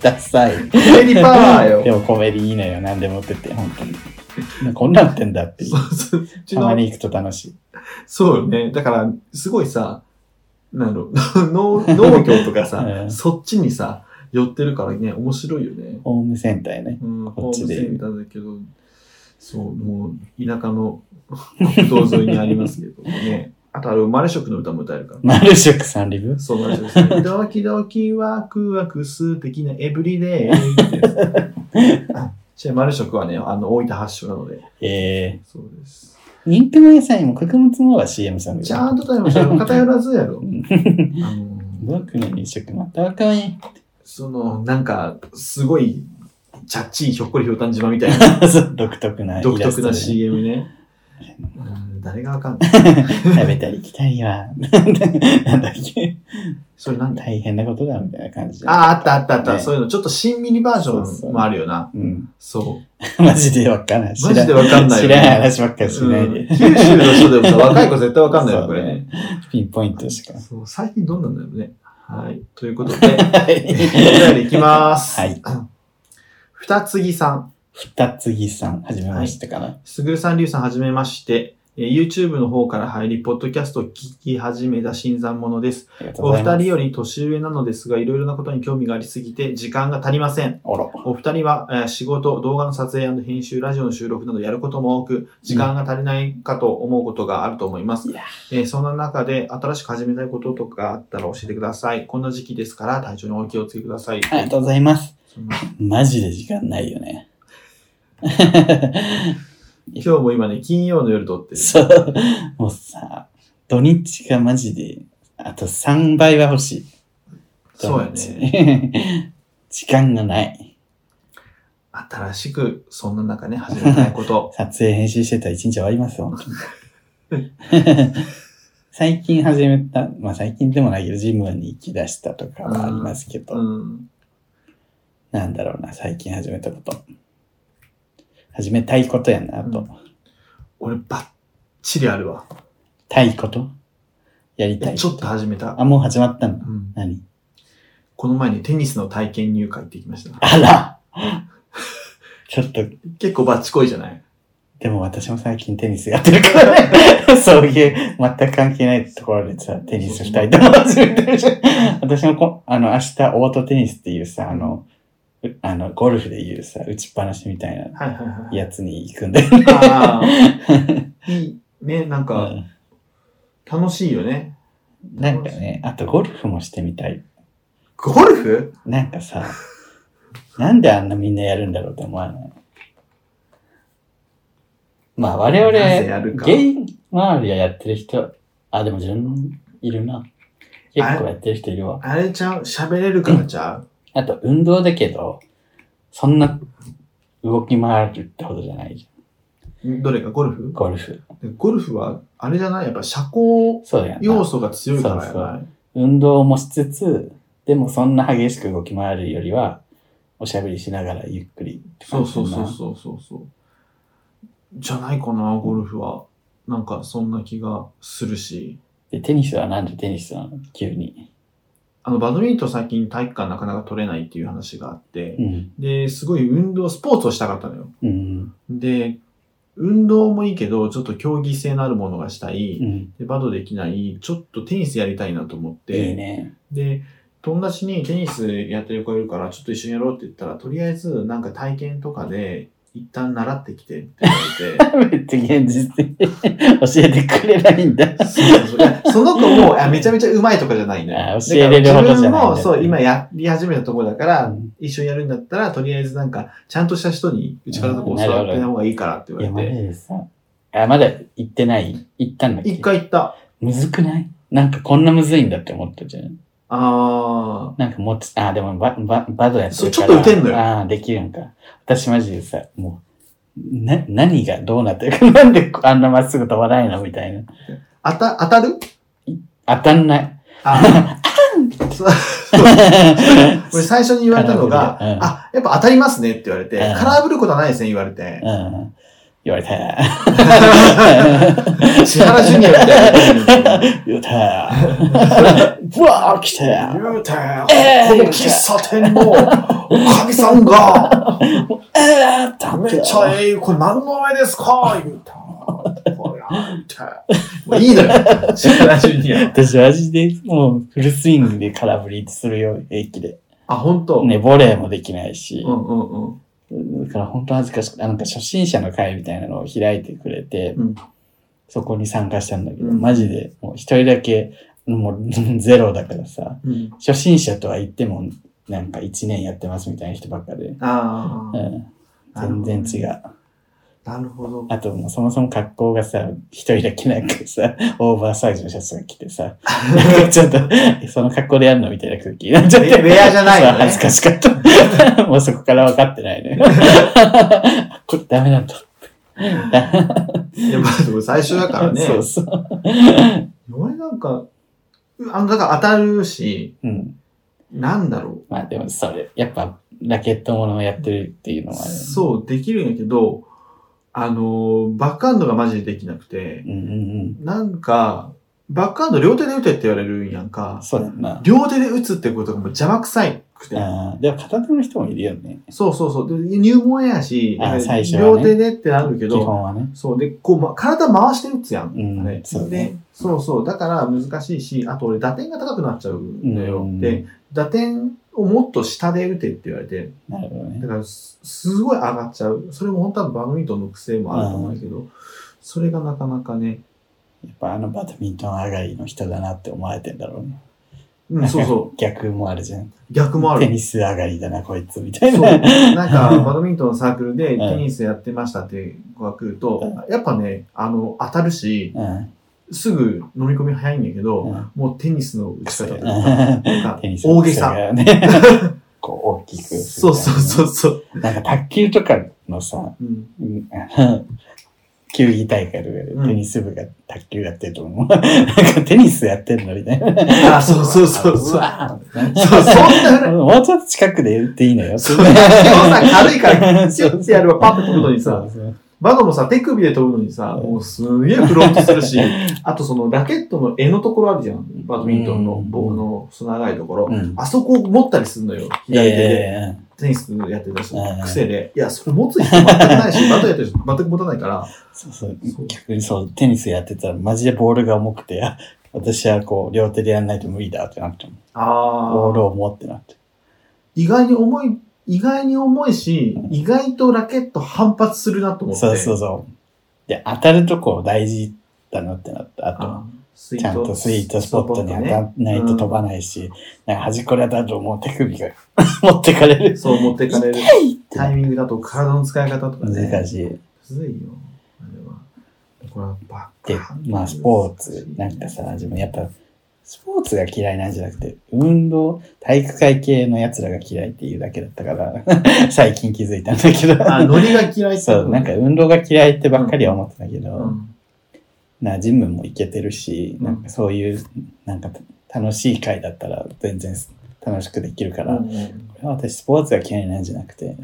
[SPEAKER 2] ダサい。
[SPEAKER 1] コメディパワー (laughs)
[SPEAKER 2] で
[SPEAKER 1] よ。
[SPEAKER 2] もコメディいいのよ。何でも売ってて、本当に。こんなん売ってんだっていう。
[SPEAKER 1] そうそううち
[SPEAKER 2] た
[SPEAKER 1] の
[SPEAKER 2] まに行くと楽しい。
[SPEAKER 1] そうよね。だから、すごいさ、なんだろ (laughs) う、
[SPEAKER 2] (laughs)
[SPEAKER 1] 農農業とかさ、
[SPEAKER 2] うん
[SPEAKER 1] そっちにさ、寄ってるからね、面白いよね。
[SPEAKER 2] ホームセンターやね。
[SPEAKER 1] うん、
[SPEAKER 2] こ
[SPEAKER 1] ホ
[SPEAKER 2] っ
[SPEAKER 1] ー
[SPEAKER 2] ち
[SPEAKER 1] ム
[SPEAKER 2] で
[SPEAKER 1] センターだけど、そう、もう、田舎の (laughs) 国道沿いにありますけどもね。あと、あれ、生まれ食の歌も歌えるから。
[SPEAKER 2] マルショクサンリブ
[SPEAKER 1] そうなんですよ。ドキドキワクワク素敵なエブリ
[SPEAKER 2] (laughs)
[SPEAKER 1] デイってやつ。ちなみにマル食はね、あの、大分発祥なので。
[SPEAKER 2] えー、
[SPEAKER 1] そうです。
[SPEAKER 2] 人気の野菜にも穀物の方は CM ソング
[SPEAKER 1] ちゃんと食べましょう。偏らずや
[SPEAKER 2] (laughs)
[SPEAKER 1] ろ。あの
[SPEAKER 2] 僕の日食また若い。
[SPEAKER 1] その、なんか、すごい、チャッチーひょっこりひょうたん島みたい
[SPEAKER 2] (laughs)
[SPEAKER 1] な
[SPEAKER 2] そう (laughs) 独特なイ
[SPEAKER 1] 独
[SPEAKER 2] ラ
[SPEAKER 1] 特
[SPEAKER 2] スト
[SPEAKER 1] な
[SPEAKER 2] で
[SPEAKER 1] CM ね。うん誰がわかんない。
[SPEAKER 2] 食べたり着たりは、 (laughs) なんだっけ、
[SPEAKER 1] それなん
[SPEAKER 2] (laughs)
[SPEAKER 1] だ
[SPEAKER 2] 大変なことだみたいな感じで。
[SPEAKER 1] ああ、あったあったあった、
[SPEAKER 2] ね
[SPEAKER 1] そういうの、ちょっと新ミニバージ
[SPEAKER 2] そうそ
[SPEAKER 1] ョ
[SPEAKER 2] う
[SPEAKER 1] ンもあるよな。
[SPEAKER 2] うん。
[SPEAKER 1] そう
[SPEAKER 2] (laughs) マジでわからん。知
[SPEAKER 1] マ
[SPEAKER 2] ら
[SPEAKER 1] ジ
[SPEAKER 2] ん
[SPEAKER 1] でわかんないよ、
[SPEAKER 2] 知らん話ばっかりし
[SPEAKER 1] う
[SPEAKER 2] ない
[SPEAKER 1] ん
[SPEAKER 2] で。
[SPEAKER 1] 九州の人でもさ、若い子絶対わかんない
[SPEAKER 2] そ
[SPEAKER 1] よ、
[SPEAKER 2] う
[SPEAKER 1] これね。
[SPEAKER 2] ピンポイントしか。
[SPEAKER 1] そう、最近どんなんだろうね。はい。ということで、
[SPEAKER 2] は
[SPEAKER 1] お便
[SPEAKER 2] い。
[SPEAKER 1] りいきます。
[SPEAKER 2] (laughs) はい。
[SPEAKER 1] ふたつぎさん。
[SPEAKER 2] 二つぎさん、はじめましてかな。
[SPEAKER 1] すぐるさん、りゅうさん、はじめまして。えー YouTube の方から入り、ポッドキャストを聞き始めた新参者です。
[SPEAKER 2] ありがとう
[SPEAKER 1] お
[SPEAKER 2] ござ
[SPEAKER 1] 二
[SPEAKER 2] います。
[SPEAKER 1] 人より年上なのですが、いろいろなことに興味がありすぎて、時間が足りません。
[SPEAKER 2] おろ。
[SPEAKER 1] お二人は、えー仕事、動画の撮影編集、ラジオの収録などやることも多く、時間が足りないかと思うことがあると思います
[SPEAKER 2] いや。
[SPEAKER 1] えーそんな中で、新しく始めたいこととかあったら教えてください。こんな時期ですから、体調にお気をつけください。
[SPEAKER 2] ありがとうございます。
[SPEAKER 1] そんな
[SPEAKER 2] マジで時間ないよね。 (laughs)
[SPEAKER 1] 今日も今ね、金曜の夜撮ってる。
[SPEAKER 2] そう。もうさ、土日がマジで、あと3倍は欲しい。
[SPEAKER 1] そうや
[SPEAKER 2] 土
[SPEAKER 1] ね。
[SPEAKER 2] 日 (laughs) 時間がない。
[SPEAKER 1] 新しく、そんな中ね、始めたいこと。
[SPEAKER 2] 撮影編集してたら一日終わりますよ、
[SPEAKER 1] (laughs)
[SPEAKER 2] 本当に最近始めた、まあ最近でもないけど、ジムに行き出したとかはありますけど、
[SPEAKER 1] うん。
[SPEAKER 2] なんだろうな、最近始めたこと。始めたいことやな、あと。
[SPEAKER 1] う俺、ばっちりあ
[SPEAKER 2] (laughs)
[SPEAKER 1] るわ。
[SPEAKER 2] たいことやりたい
[SPEAKER 1] ちょっと始めた
[SPEAKER 2] あ、。もう始まったの
[SPEAKER 1] うん
[SPEAKER 2] 何
[SPEAKER 1] この前にテニスの体験入会行ってきました。
[SPEAKER 2] あ
[SPEAKER 1] (laughs)
[SPEAKER 2] らちょっと、
[SPEAKER 1] 結構バッチこいじゃない
[SPEAKER 2] でも私も最近テニスやってるからね。 (laughs) そういう、全く関係ないところでさ、テニスしたいと思始めてるじゃん。私もこ、あの、明日、オートテニスっていうさ、あの、うあの、ゴルフでいうさ、打ちっぱなしみたいな
[SPEAKER 1] はいはいはい。
[SPEAKER 2] やつに行くんだよ。
[SPEAKER 1] ああ。いい。ね、なん
[SPEAKER 2] う
[SPEAKER 1] か、
[SPEAKER 2] ん
[SPEAKER 1] 楽しいよね。
[SPEAKER 2] なんかね、あとゴルフもしてみたい。
[SPEAKER 1] ゴルフ
[SPEAKER 2] なんかさ、なんであんなみんなやるんだろうと思わないまあ我々、
[SPEAKER 1] なぜやるか
[SPEAKER 2] ゲイ周りはやってる人、あ、でも自分いるな。結構やってる人いるわ。
[SPEAKER 1] あれちゃう喋れるからちゃう
[SPEAKER 2] あと運動だけど、そんな動き回るってほどじゃないじ
[SPEAKER 1] どれかゴル
[SPEAKER 2] ゃん。
[SPEAKER 1] フ
[SPEAKER 2] ゴルフ。
[SPEAKER 1] ゴルフは、あれじゃないやっぱ社交
[SPEAKER 2] そうや
[SPEAKER 1] 要
[SPEAKER 2] な。
[SPEAKER 1] 素が強いからや
[SPEAKER 2] そうそ
[SPEAKER 1] な
[SPEAKER 2] 運動もしつつ、でもそんな激しく動き回るよりは、おしゃべりしながらゆっくりって
[SPEAKER 1] そ
[SPEAKER 2] 感
[SPEAKER 1] う
[SPEAKER 2] じ
[SPEAKER 1] そ
[SPEAKER 2] か
[SPEAKER 1] う
[SPEAKER 2] な。
[SPEAKER 1] そうそうそうそう。じゃないかな、ゴルフは。なんか、そんな気がするし。
[SPEAKER 2] で、テニスはなんでテニスなの急に。
[SPEAKER 1] あの、バドミントン最近体育館なかなか取れないっていう話があって
[SPEAKER 2] う、ん。
[SPEAKER 1] で、すごい運動、スポーツをしたかったのよ。
[SPEAKER 2] うん。
[SPEAKER 1] で、運動もいいけど、ちょっと競技性のあるものがしたい、
[SPEAKER 2] うん。
[SPEAKER 1] でバドできない、ちょっとテニスやりたいなと思って、
[SPEAKER 2] いいね。
[SPEAKER 1] で、友達にテニスやってる子いるから、ちょっと一緒にやろうって言ったら、とりあえずなんか体験とかで、一旦習ってきてって言われて、
[SPEAKER 2] めっちゃ現実的。教えてくれないんだ。 (laughs)
[SPEAKER 1] そうそういやその子も、あめちゃめちゃうまいとかじゃないね。
[SPEAKER 2] あ教えれるほどじゃないんだ
[SPEAKER 1] だから自分も、そう、今やり始めたところだから、
[SPEAKER 2] うん
[SPEAKER 1] 一緒にやるんだったら、とりあえずなんか、ちゃんとした人に、うちからのとこ教わってた方がいいからって
[SPEAKER 2] い
[SPEAKER 1] 言
[SPEAKER 2] や、
[SPEAKER 1] わ
[SPEAKER 2] マジ
[SPEAKER 1] れて。
[SPEAKER 2] でさ。あ、まだ行ってない行ったんだっけ
[SPEAKER 1] 一。回行った。
[SPEAKER 2] むずくないなんかこんなむずいんだって思ったじゃん。
[SPEAKER 1] あ
[SPEAKER 2] なんか持つ、あ、でもバ、バ、バドやって
[SPEAKER 1] そう
[SPEAKER 2] るから。
[SPEAKER 1] ちょっと打てんのよ
[SPEAKER 2] ああ、できるんか。私マジでさ、もう、な、何がどうなってるか、 (laughs) なんであんなまっすぐ飛ばないのみたいな。
[SPEAKER 1] あ、当た、当たる
[SPEAKER 2] 当たんない。 (laughs)
[SPEAKER 1] あーそう俺最初に言われたのが、
[SPEAKER 2] うん
[SPEAKER 1] あ、やっぱ当たりますねって言われて、
[SPEAKER 2] うん
[SPEAKER 1] 空振ることはないですね、言われて。
[SPEAKER 2] うん。言われた。
[SPEAKER 1] 千原ジュニアみたいな。
[SPEAKER 2] 言
[SPEAKER 1] (laughs)
[SPEAKER 2] うた。ブワー来たよ。
[SPEAKER 1] 言うて、
[SPEAKER 2] (laughs) えー
[SPEAKER 1] この喫茶店のおかみさんが、
[SPEAKER 2] (laughs) ええー、ダメ
[SPEAKER 1] めっ
[SPEAKER 2] だ。
[SPEAKER 1] ちゃええ、これ何の上ですか言うて。これなんてもういいの
[SPEAKER 2] (laughs)
[SPEAKER 1] よ、千原ジュニア。
[SPEAKER 2] 私、マジで、もう、フルスイングで空振りするよ、平気で。
[SPEAKER 1] あ、ほんと。
[SPEAKER 2] ね、ボレーもできないし
[SPEAKER 1] う、んうんうん。
[SPEAKER 2] だから本当恥ずかしくて、あなんか初心者の会みたいなのを開いてくれて、
[SPEAKER 1] うん
[SPEAKER 2] そこに参加したんだけど、
[SPEAKER 1] うん
[SPEAKER 2] マジで、もう一人だけ、もうゼロだからさ、
[SPEAKER 1] うん、
[SPEAKER 2] 初心者とは言っても、なんか一年やってますみたいな人ばっかで、
[SPEAKER 1] あ
[SPEAKER 2] う
[SPEAKER 1] あ、
[SPEAKER 2] ん、全然違う。
[SPEAKER 1] なるほど。
[SPEAKER 2] あともうそもそも格好がさ、一人だけなんか
[SPEAKER 1] (laughs)
[SPEAKER 2] さ、オーバーサイズのシャツが着てさ、 (laughs) ちょっと、えその格好でやるのみたいな空気になっちゃって。
[SPEAKER 1] (laughs) ウェアじゃないのね
[SPEAKER 2] そう恥ずかしかった。
[SPEAKER 1] (laughs)
[SPEAKER 2] もうそこから分かってないね。これダメなんだ。
[SPEAKER 1] いや、まあでも最初だからね。
[SPEAKER 2] (laughs) そうそう。
[SPEAKER 1] 俺なんか、うあの、だから当たるし、
[SPEAKER 2] うん。
[SPEAKER 1] なんだろ
[SPEAKER 2] まあでもそれ、やっぱ、ラケットものをやってるっていうの
[SPEAKER 1] う。
[SPEAKER 2] はある。
[SPEAKER 1] そう、できるんやけど、あの、バックハンドがマジでできなくて、
[SPEAKER 2] うんうん
[SPEAKER 1] なんか、バックハンド両手で打てって言われるんやん
[SPEAKER 2] うん。
[SPEAKER 1] か、
[SPEAKER 2] そうだよな。
[SPEAKER 1] 両手で打つってことがもう邪魔くさいくて。
[SPEAKER 2] ああ、でも片手の人もいるよね。
[SPEAKER 1] そうそうそう。で入門やし、
[SPEAKER 2] あ最初は
[SPEAKER 1] 両
[SPEAKER 2] ね
[SPEAKER 1] 手でってなるけ
[SPEAKER 2] 基
[SPEAKER 1] ど、
[SPEAKER 2] 本はね。
[SPEAKER 1] そう。で、こう、ま、体回して打つやん。
[SPEAKER 2] うん
[SPEAKER 1] あれ
[SPEAKER 2] そうね
[SPEAKER 1] で、そうそう。だから難しいし、あと俺打点が高くなっちゃうんだよ。
[SPEAKER 2] うん
[SPEAKER 1] で、打点をもっと下で打てって言われて、
[SPEAKER 2] なるほどね
[SPEAKER 1] だ。からす、すごい上がっちゃう。それも本当はバドミントンの癖もあると思うんだけど、それがなかなかね、
[SPEAKER 2] やっぱあのバドミントン上がりの人だなって思われてんだろうね。
[SPEAKER 1] うん、そう
[SPEAKER 2] (laughs)
[SPEAKER 1] そう。
[SPEAKER 2] う。逆もあるじゃん。
[SPEAKER 1] 逆もあ
[SPEAKER 2] テ
[SPEAKER 1] る。
[SPEAKER 2] ニス上がりだな、こいつ、みた
[SPEAKER 1] そう。
[SPEAKER 2] いな。
[SPEAKER 1] なんか、バドミントンのサークルでテニスやってましたっていう子が来ると、やっぱね、あの、当たるし、
[SPEAKER 2] うん。
[SPEAKER 1] すぐ飲み込み早いんだけど、
[SPEAKER 2] うん
[SPEAKER 1] もうテニスの打ち方とか、
[SPEAKER 2] テ
[SPEAKER 1] なんか
[SPEAKER 2] ニス
[SPEAKER 1] 大げさ。
[SPEAKER 2] がね。
[SPEAKER 1] (laughs)
[SPEAKER 2] こう、大きく。
[SPEAKER 1] そうそうそうそう。
[SPEAKER 2] う。なんか卓球とかのさ、
[SPEAKER 1] うん、
[SPEAKER 2] うんあの球技大会とかで
[SPEAKER 1] うん
[SPEAKER 2] テニス部が卓球やってると思う。なんかテニスやってんのみたいな。
[SPEAKER 1] あ、そうそうそうそう。
[SPEAKER 2] うわ
[SPEAKER 1] そう、そんなふう
[SPEAKER 2] もうちょっと近くで言っていいのよ。 (laughs)
[SPEAKER 1] そう基本さ軽いから、キ
[SPEAKER 2] そう
[SPEAKER 1] ュッてやればパッと飛ぶのに
[SPEAKER 2] そ
[SPEAKER 1] さ
[SPEAKER 2] う、そう
[SPEAKER 1] バドもさ、手首で飛ぶのにさ、もうすげえフロントするし、 (laughs) あとそのラケットの柄のところあるじゃん。バドミントンの棒のその長いところ。
[SPEAKER 2] うん
[SPEAKER 1] あそこを持ったりするのよ。左手で。
[SPEAKER 2] ええ
[SPEAKER 1] テニスやってた人
[SPEAKER 2] うん、
[SPEAKER 1] 癖で。いや、それ持つ人全くないし、 (laughs) バドやってる人全く持たないから。
[SPEAKER 2] そうそう
[SPEAKER 1] そう。
[SPEAKER 2] 逆にそう、テニスやってたらマジでボールが重くて、 (laughs) あ私はこう、両手でやんないと無理だってなっても、ボー
[SPEAKER 1] ああ。
[SPEAKER 2] ルを持ってなって。
[SPEAKER 1] 意外に重い、意外に重いし、意外とラケット反発するなと思って。
[SPEAKER 2] そうそうそう。で、当たるとこ大事だなってなった。あ
[SPEAKER 1] あス
[SPEAKER 2] と、
[SPEAKER 1] イ
[SPEAKER 2] ち
[SPEAKER 1] ー
[SPEAKER 2] ゃん
[SPEAKER 1] ト
[SPEAKER 2] とスイートスポットに当たらないと飛ばないし、なんか端っこで当たるともう手首が (laughs) 持ってかれる。
[SPEAKER 1] そう持ってかれる。
[SPEAKER 2] 痛いって
[SPEAKER 1] タイミングだと体の使い方とかね。
[SPEAKER 2] 難しい。っ
[SPEAKER 1] むずいよ。あれは。これはバッ
[SPEAKER 2] て
[SPEAKER 1] カ、
[SPEAKER 2] まあスポーツ、なんかさ、自分やっぱ、スポーツが嫌いなんじゃなくて、運動、体育会系の奴らが嫌いっていうだけだったから、 (laughs) 最近気づいたんだけど。 (laughs)
[SPEAKER 1] あ、ノリが嫌いって
[SPEAKER 2] そう、なんか、運動が嫌いってばっかりは思ってたけど、
[SPEAKER 1] うん。
[SPEAKER 2] なジムも行けてるし、
[SPEAKER 1] うん
[SPEAKER 2] なんかそういうなんか楽しい会だったら全然楽しくできるから、これは私スポーツが嫌いなんじゃなくて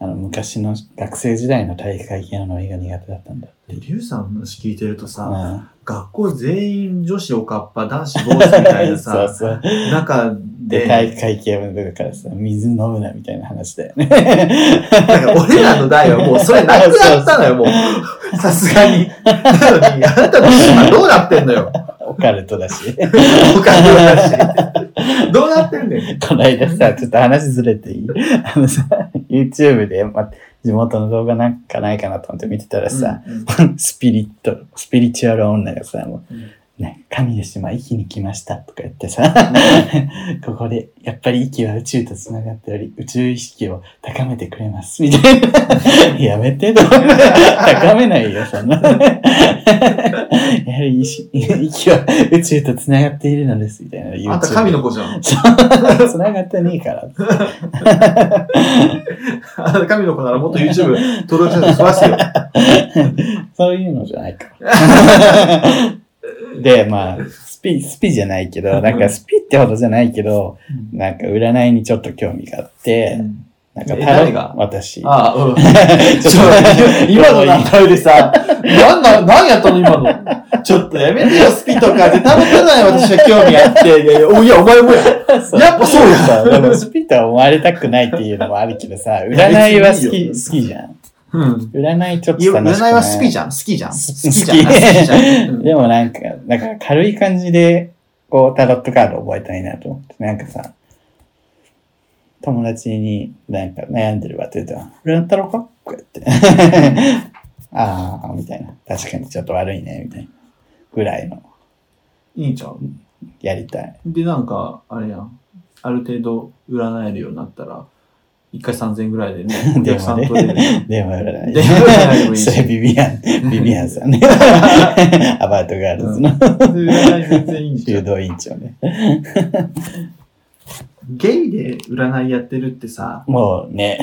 [SPEAKER 2] あの昔の学生時代の体育会系のノリが苦手だったんだっていう。
[SPEAKER 1] リュウさんの話聞いてるとさ、
[SPEAKER 2] あ
[SPEAKER 1] 学校全員女子おかっぱ、男子坊主みたいな
[SPEAKER 2] (laughs) そう
[SPEAKER 1] さ、
[SPEAKER 2] そう。
[SPEAKER 1] 中
[SPEAKER 2] で、
[SPEAKER 1] で、
[SPEAKER 2] 体育会系のだからさ、水飲むなみたいな話だよ
[SPEAKER 1] (laughs)
[SPEAKER 2] ね。
[SPEAKER 1] なんか俺らの代はもうそれなくなったのよ、もう。
[SPEAKER 2] (laughs)
[SPEAKER 1] さすがに。なのに、あなたの今どうなってんのよ。
[SPEAKER 2] オカルトだし。 (laughs)
[SPEAKER 1] おかしいし。どうなってんねん。
[SPEAKER 2] (laughs) この間さ、ちょっと話ずれていいあのさ、YouTube で、ま、地元の動画なんかないかなと思って見てたらさ、
[SPEAKER 1] うんうん
[SPEAKER 2] スピリット、スピリチュアル女がさ、もう
[SPEAKER 1] うん、
[SPEAKER 2] ね、神の島、生きに来ましたとか言ってさ、ここで、やっぱり息は宇宙と繋がっており、宇宙意識を高めてくれます、みたいな。やめてと思って、高めないよ、そんな。やはり意識息は宇宙と繋がっているのです、みたいな。
[SPEAKER 1] あんた神の子じゃん。
[SPEAKER 2] そう繋がってねえから。
[SPEAKER 1] あんた神の子ならもっと YouTube 登録者数増やしてよ。
[SPEAKER 2] そういうのじゃないか。で、まあ、スピ、スピじゃないけど、なんかスピってほどじゃないけど、なんか占いにちょっと興味があって、なんか
[SPEAKER 1] え
[SPEAKER 2] タロ
[SPEAKER 1] 誰が
[SPEAKER 2] 私。
[SPEAKER 1] ああ、うん。
[SPEAKER 2] ち
[SPEAKER 1] (laughs)
[SPEAKER 2] ょっ
[SPEAKER 1] ちょっと
[SPEAKER 2] と
[SPEAKER 1] 今の
[SPEAKER 2] いい
[SPEAKER 1] 流れでさ、なんだ、なんやったの今の。ちょっとやめてよ、スピとか。絶対持てない私は興味あって。いやいや、おいや、お前もや。
[SPEAKER 2] そう
[SPEAKER 1] やっぱそうや。
[SPEAKER 2] そうでもスピとは思われたくないっていうのもあるけどさ、占いは好き、好きじゃん。
[SPEAKER 1] うん。
[SPEAKER 2] 占いちょっと
[SPEAKER 1] い
[SPEAKER 2] 楽しく
[SPEAKER 1] や
[SPEAKER 2] ない。
[SPEAKER 1] 占いは好きじゃん。好きじゃん。好
[SPEAKER 2] 好
[SPEAKER 1] き
[SPEAKER 2] き
[SPEAKER 1] じゃん。好きじゃん。うん
[SPEAKER 2] でもなんか、なんか軽い感じで、こう、タロットカード覚えたいなと思って、なんかさ、友達になんか悩んでるわって言ったら、これやったろかこうやって。 (laughs) ああ、みたいな。確かにちょっと悪いね、みたいな。ぐらいの、
[SPEAKER 1] いいじゃん。
[SPEAKER 2] やりたい。
[SPEAKER 1] で、なんか、あれやん。ある程度占えるようになったら、一回3000円ぐ (laughs) らいでね、お客さん取れる。
[SPEAKER 2] 電話占い。
[SPEAKER 1] 電話占いでもいいし
[SPEAKER 2] それビビアン、ビビアン
[SPEAKER 1] (laughs)
[SPEAKER 2] さんね。アバウトガールズの
[SPEAKER 1] 占い全然いいじゃ
[SPEAKER 2] 修
[SPEAKER 1] ん。
[SPEAKER 2] 道院長ね。
[SPEAKER 1] (laughs) ゲイで占いやってるってさ、
[SPEAKER 2] もうね、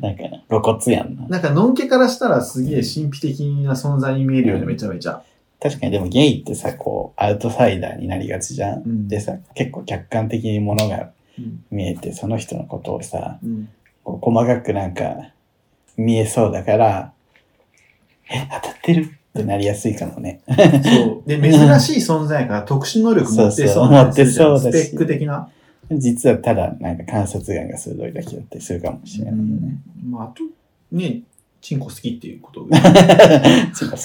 [SPEAKER 2] なんか露骨やんな。
[SPEAKER 1] なんか、のんけからしたらすげえ神秘的な存在に見えるよね、めちゃめちゃ。
[SPEAKER 2] 確かにでもゲイってさ、こう、アウトサイダーになりがちじゃん。
[SPEAKER 1] うん
[SPEAKER 2] でさ、結構客観的にものが
[SPEAKER 1] うん
[SPEAKER 2] 見えて、その人のことをさ、
[SPEAKER 1] うん
[SPEAKER 2] こう細かくなんか見えそうだから、え、当たってるってなりやすいかもね。
[SPEAKER 1] そう。で、珍しい存在から特殊能力持ってそうなやつじゃん
[SPEAKER 2] そうそう持ってそうだし
[SPEAKER 1] スペック的な。
[SPEAKER 2] 実はただなんか観察眼が鋭いだけだったりするかもしれないよね。
[SPEAKER 1] うんまあ、あと、ね、チンコ好きっていうこと。
[SPEAKER 2] (laughs) チンパ好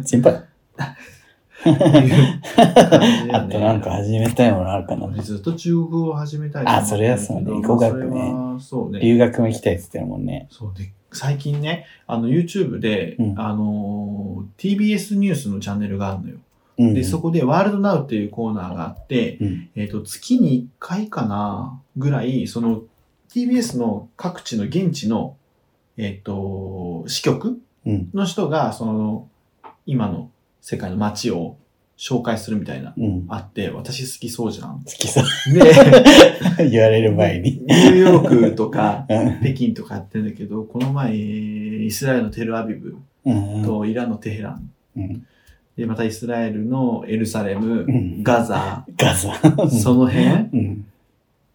[SPEAKER 2] き。チンパ。 (laughs)
[SPEAKER 1] (laughs)
[SPEAKER 2] あとなんか始めたいものあるかな。
[SPEAKER 1] 俺ずっと中国語を始めたいと思って
[SPEAKER 2] あそれはそうね
[SPEAKER 1] まあ
[SPEAKER 2] 語学ね
[SPEAKER 1] それはそうね。
[SPEAKER 2] 留学も行きたいって言ってるもんね。
[SPEAKER 1] そうで、最近ね、あの、YouTube で、
[SPEAKER 2] うん
[SPEAKER 1] あのー、TBS ニュースのチャンネルがあるのよ。
[SPEAKER 2] うん。
[SPEAKER 1] で、そこでワールドナウっていうコーナーがあって、
[SPEAKER 2] うん
[SPEAKER 1] えっ、と、月に1回かな、ぐらい、その、TBS の各地の現地の、えっ、と、支局
[SPEAKER 2] うん。
[SPEAKER 1] の人が、その、今の世界の街を紹介するみたいな、
[SPEAKER 2] うん。好
[SPEAKER 1] あって、私好きそうじゃ
[SPEAKER 2] (laughs)
[SPEAKER 1] ん。
[SPEAKER 2] きそう。
[SPEAKER 1] で、
[SPEAKER 2] 言われる前に。
[SPEAKER 1] ニューヨークとか、
[SPEAKER 2] うん
[SPEAKER 1] 北京とかやってんだけど、この前、イスラエルのテルアビブ
[SPEAKER 2] うん
[SPEAKER 1] とイランのテヘラン、
[SPEAKER 2] うん
[SPEAKER 1] で、またイスラエルのエルサレム、
[SPEAKER 2] ん
[SPEAKER 1] ガザ、
[SPEAKER 2] ガザ。
[SPEAKER 1] その辺、
[SPEAKER 2] うん。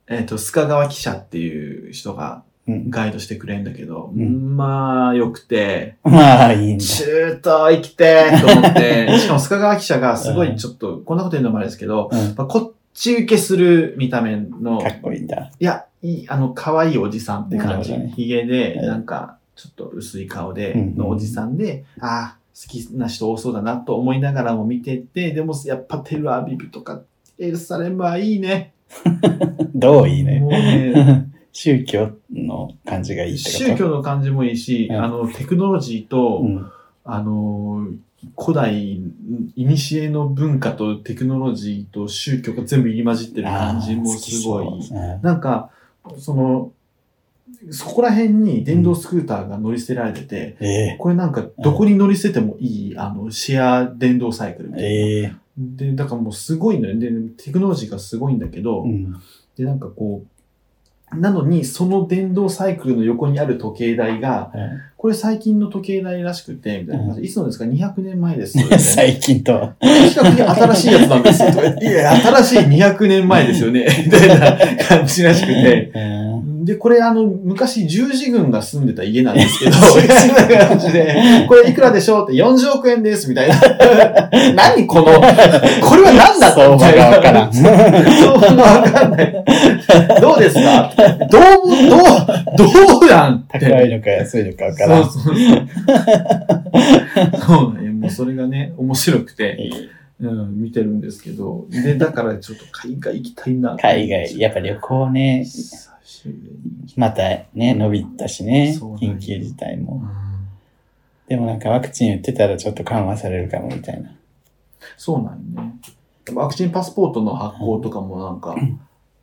[SPEAKER 1] えっ、と、須賀川記者っていう人が
[SPEAKER 2] うん
[SPEAKER 1] ガイドしてくれんだけど、
[SPEAKER 2] うん
[SPEAKER 1] まあ、良くて、
[SPEAKER 2] まあ、いいんだ。
[SPEAKER 1] 中東行きてーと思
[SPEAKER 2] (laughs)
[SPEAKER 1] って、しかも須賀川記者がすごいちょっと、こんなこと言うのもあれですけど、
[SPEAKER 2] うん
[SPEAKER 1] まあ、こっち受けする見た目の
[SPEAKER 2] か、っこいいんだ。
[SPEAKER 1] いや、いい、あの、可愛いおじさんって感じ
[SPEAKER 2] なるほどね。
[SPEAKER 1] ヒゲで、
[SPEAKER 2] はい
[SPEAKER 1] なんか、ちょっと薄い顔で、
[SPEAKER 2] うん
[SPEAKER 1] のおじさんで、ああ、好きな人多そうだなと思いながらも見てて、でもやっぱテルアビブとか、エルサレムはいいね。
[SPEAKER 2] どういいね
[SPEAKER 1] もう。ね、
[SPEAKER 2] (laughs) 宗教の感じがいいってこと
[SPEAKER 1] 宗教の感じもいいし、
[SPEAKER 2] うん
[SPEAKER 1] あの、テクノロジーと、
[SPEAKER 2] うん。
[SPEAKER 1] あのー古代、いにしえの文化とテクノロジーと宗教が全部入り混じってる感じもすご
[SPEAKER 2] あー好
[SPEAKER 1] い
[SPEAKER 2] き。そううん
[SPEAKER 1] なんか、その、そこら辺に電動スクーターが乗り捨てられてて、
[SPEAKER 2] え
[SPEAKER 1] これなんかどこに乗り捨ててもいい、あの、シェア電動サイクルみ
[SPEAKER 2] え。
[SPEAKER 1] たいな。
[SPEAKER 2] ええ。
[SPEAKER 1] で、だからもうすごいのよ。で、テクノロジーがすごいんだけど、
[SPEAKER 2] うん
[SPEAKER 1] で、なんかこう、なのに、その電動サイクルの横にある時計台が、これ最近の時計台らしくて、みたいな感じで、いつのですか ?200 年前です。み (laughs) たいな
[SPEAKER 2] 最近とは。
[SPEAKER 1] 比較的新しいやつなんですよ。とか (laughs) いや、新しい200年 (laughs) 前ですよね。みたいな感じらしくて。
[SPEAKER 2] うん
[SPEAKER 1] で、これあの、昔十字軍が住んでた家なんですけど、
[SPEAKER 2] (laughs)
[SPEAKER 1] み
[SPEAKER 2] 十字軍
[SPEAKER 1] たいな感じ
[SPEAKER 2] (laughs)
[SPEAKER 1] で、これいくらでしょうって40億円です、みたいな。何この、これは何だった
[SPEAKER 2] 相
[SPEAKER 1] みた
[SPEAKER 2] 場
[SPEAKER 1] い
[SPEAKER 2] が
[SPEAKER 1] な
[SPEAKER 2] わからん。
[SPEAKER 1] そうがわかんない。どうですかどう、どう、どうなんって。
[SPEAKER 2] 高いのか安いのかわからん。
[SPEAKER 1] そうそうそう。そうなんよもうそれがね、面白くて。
[SPEAKER 2] いい
[SPEAKER 1] うん、見てるんですけど、で、だからちょっと海外行きたいな。
[SPEAKER 2] 海外、やっぱ旅行ね、
[SPEAKER 1] 久しぶりに。
[SPEAKER 2] またね、伸びたしね
[SPEAKER 1] そう、なんよ
[SPEAKER 2] 緊急事態
[SPEAKER 1] う
[SPEAKER 2] も。
[SPEAKER 1] ん
[SPEAKER 2] でもなんかワクチン打ってたらちょっと緩和されるかもみたいな。
[SPEAKER 1] そうなんよね。ワクチンパスポートの発行とかもなんか、